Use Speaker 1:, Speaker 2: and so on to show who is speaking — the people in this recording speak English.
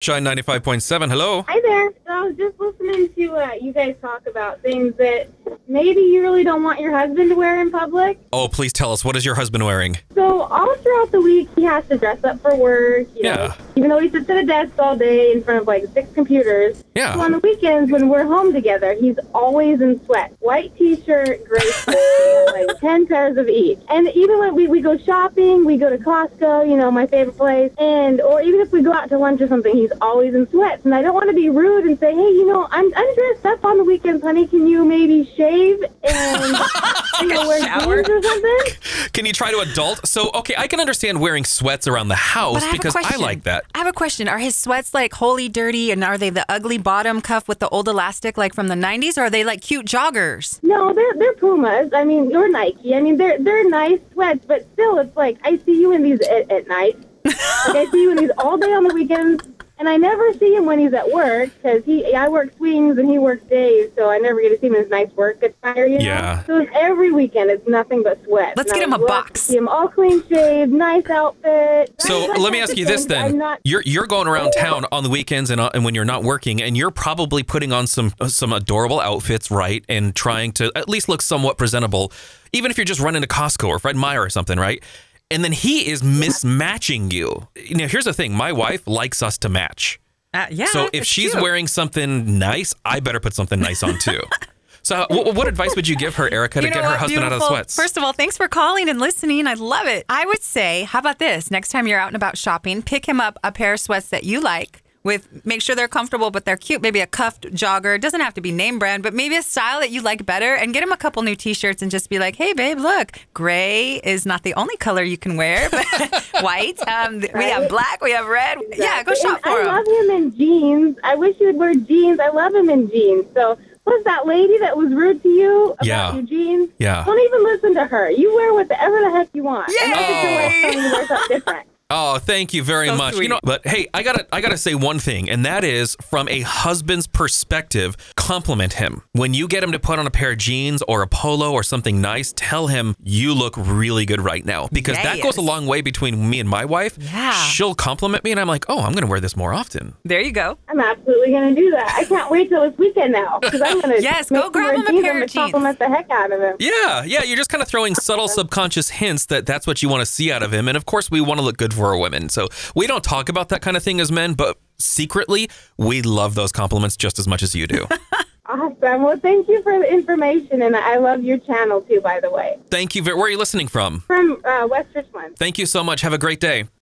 Speaker 1: Shine 95.7, hello.
Speaker 2: Hi there. So I was just listening to uh, you guys talk about things that maybe you really don't want your husband to wear in public.
Speaker 1: Oh, please tell us, what is your husband wearing?
Speaker 2: So all throughout the week, he has to dress up for work. You
Speaker 1: Yeah.
Speaker 2: Know, even though he sits at a desk all day in front of like six computers.
Speaker 1: Yeah.
Speaker 2: So on the weekends when we're home together, he's always in sweat. White t-shirt, gray sweat, like 10 pairs of each. And even when we, we go shopping, we go to Costco, you know, my favorite place. And, or even if we go out to lunch or something, he's always in sweats. And I don't want to be rude and say, hey, you know, I'm, I'm dressed up on the weekends, honey. Can you maybe shave and, you know, wear
Speaker 3: Shower?
Speaker 2: jeans or something?
Speaker 1: Can you try to adult? So, okay, I can understand wearing sweats around the house
Speaker 3: But I have a
Speaker 1: because I
Speaker 3: question.
Speaker 1: like that.
Speaker 3: I have a question. Are his sweats like holy dirty and are they the ugly bottom cuff with the old elastic like from the 90s or are they like cute joggers?
Speaker 2: No, they're they're Pumas. I mean, you're Nike. I mean, they're they're nice sweats, but still, it's like I see you in these at, at night. like I see you in these all day on the weekends, and I never see him when he's at work because he I work swings and he works days, so I never get to see him in his nice work attire. You know?
Speaker 1: Yeah.
Speaker 2: So it's every weekend, it's nothing but sweat.
Speaker 3: Let's get him a box.
Speaker 2: See him all clean shaved, nice outfit.
Speaker 1: So,
Speaker 2: That's
Speaker 1: let me
Speaker 2: like
Speaker 1: ask
Speaker 2: the
Speaker 1: you this
Speaker 2: things I'm
Speaker 1: then.
Speaker 2: not-
Speaker 1: You're you're going around town on the weekends and, uh, and when you're not working and you're probably putting on some uh, some adorable outfits, right? And trying to at least look somewhat presentable, even if you're just running to Costco or Fred Meyer or something, right? And then he is mismatching you. Now, here's the thing. My wife likes us to match.
Speaker 3: Uh, yeah.
Speaker 1: So if
Speaker 3: it's
Speaker 1: she's
Speaker 3: cute.
Speaker 1: wearing something nice, I better put something nice on too. so what, what advice would you give her, Erica, to
Speaker 3: You know
Speaker 1: get her
Speaker 3: what?
Speaker 1: husband out of the
Speaker 3: Beautiful.
Speaker 1: sweats?
Speaker 3: First of all, thanks for calling and listening. I love it. I would say, how about this? Next time you're out and about shopping, pick him up a pair of sweats that you like. With make sure they're comfortable, but they're cute. Maybe a cuffed jogger. It doesn't have to be name brand, but maybe a style that you like better. And get him a couple new T-shirts and just be like, "Hey, babe, look, gray is not the only color you can wear. But white. Um, We have
Speaker 2: Right.
Speaker 3: black. We have red. Yeah, go
Speaker 2: And
Speaker 3: shop for
Speaker 2: I
Speaker 3: him.
Speaker 2: love him in jeans. I wish he would wear jeans. I love him in jeans. So was that lady that was rude to you about
Speaker 1: Yeah.
Speaker 2: your jeans?
Speaker 1: Yeah.
Speaker 2: Don't even listen to her. You wear whatever the heck you want. And that's just your way
Speaker 3: Yay!
Speaker 2: of telling you to wear something different.
Speaker 1: Oh, thank you very
Speaker 3: So
Speaker 1: much. You
Speaker 3: sweet.
Speaker 1: know, but hey, I gotta I gotta say one thing, and that is from a husband's perspective, compliment him. When you get him to put on a pair of jeans or a polo or something nice, tell him you look really good right now. Because that
Speaker 3: Yes.
Speaker 1: goes a long way between me and my wife.
Speaker 3: Yeah.
Speaker 1: She'll compliment me and I'm like, oh, I'm gonna wear this more often.
Speaker 3: There you go.
Speaker 2: I'm absolutely going to do that. I can't wait till this weekend now because I'm going to
Speaker 3: Yes,
Speaker 2: make
Speaker 3: go grab
Speaker 2: wear
Speaker 3: him a
Speaker 2: jeans.
Speaker 3: pair
Speaker 2: I'm
Speaker 3: of
Speaker 2: gonna Compliment the heck out of him.
Speaker 1: Yeah, yeah, you're just kind of throwing subtle subconscious hints that that's what you want to see out of him. And of course, we want to look good for our women. So we don't talk about that kind of thing as men, but secretly, we love those compliments just as much as you do.
Speaker 2: Awesome. Well, thank you for the information, and I love your channel too. By the way,
Speaker 1: Thank you. ver- Where are you listening from?
Speaker 2: from uh, West Richland.
Speaker 1: Thank you so much. Have a great day.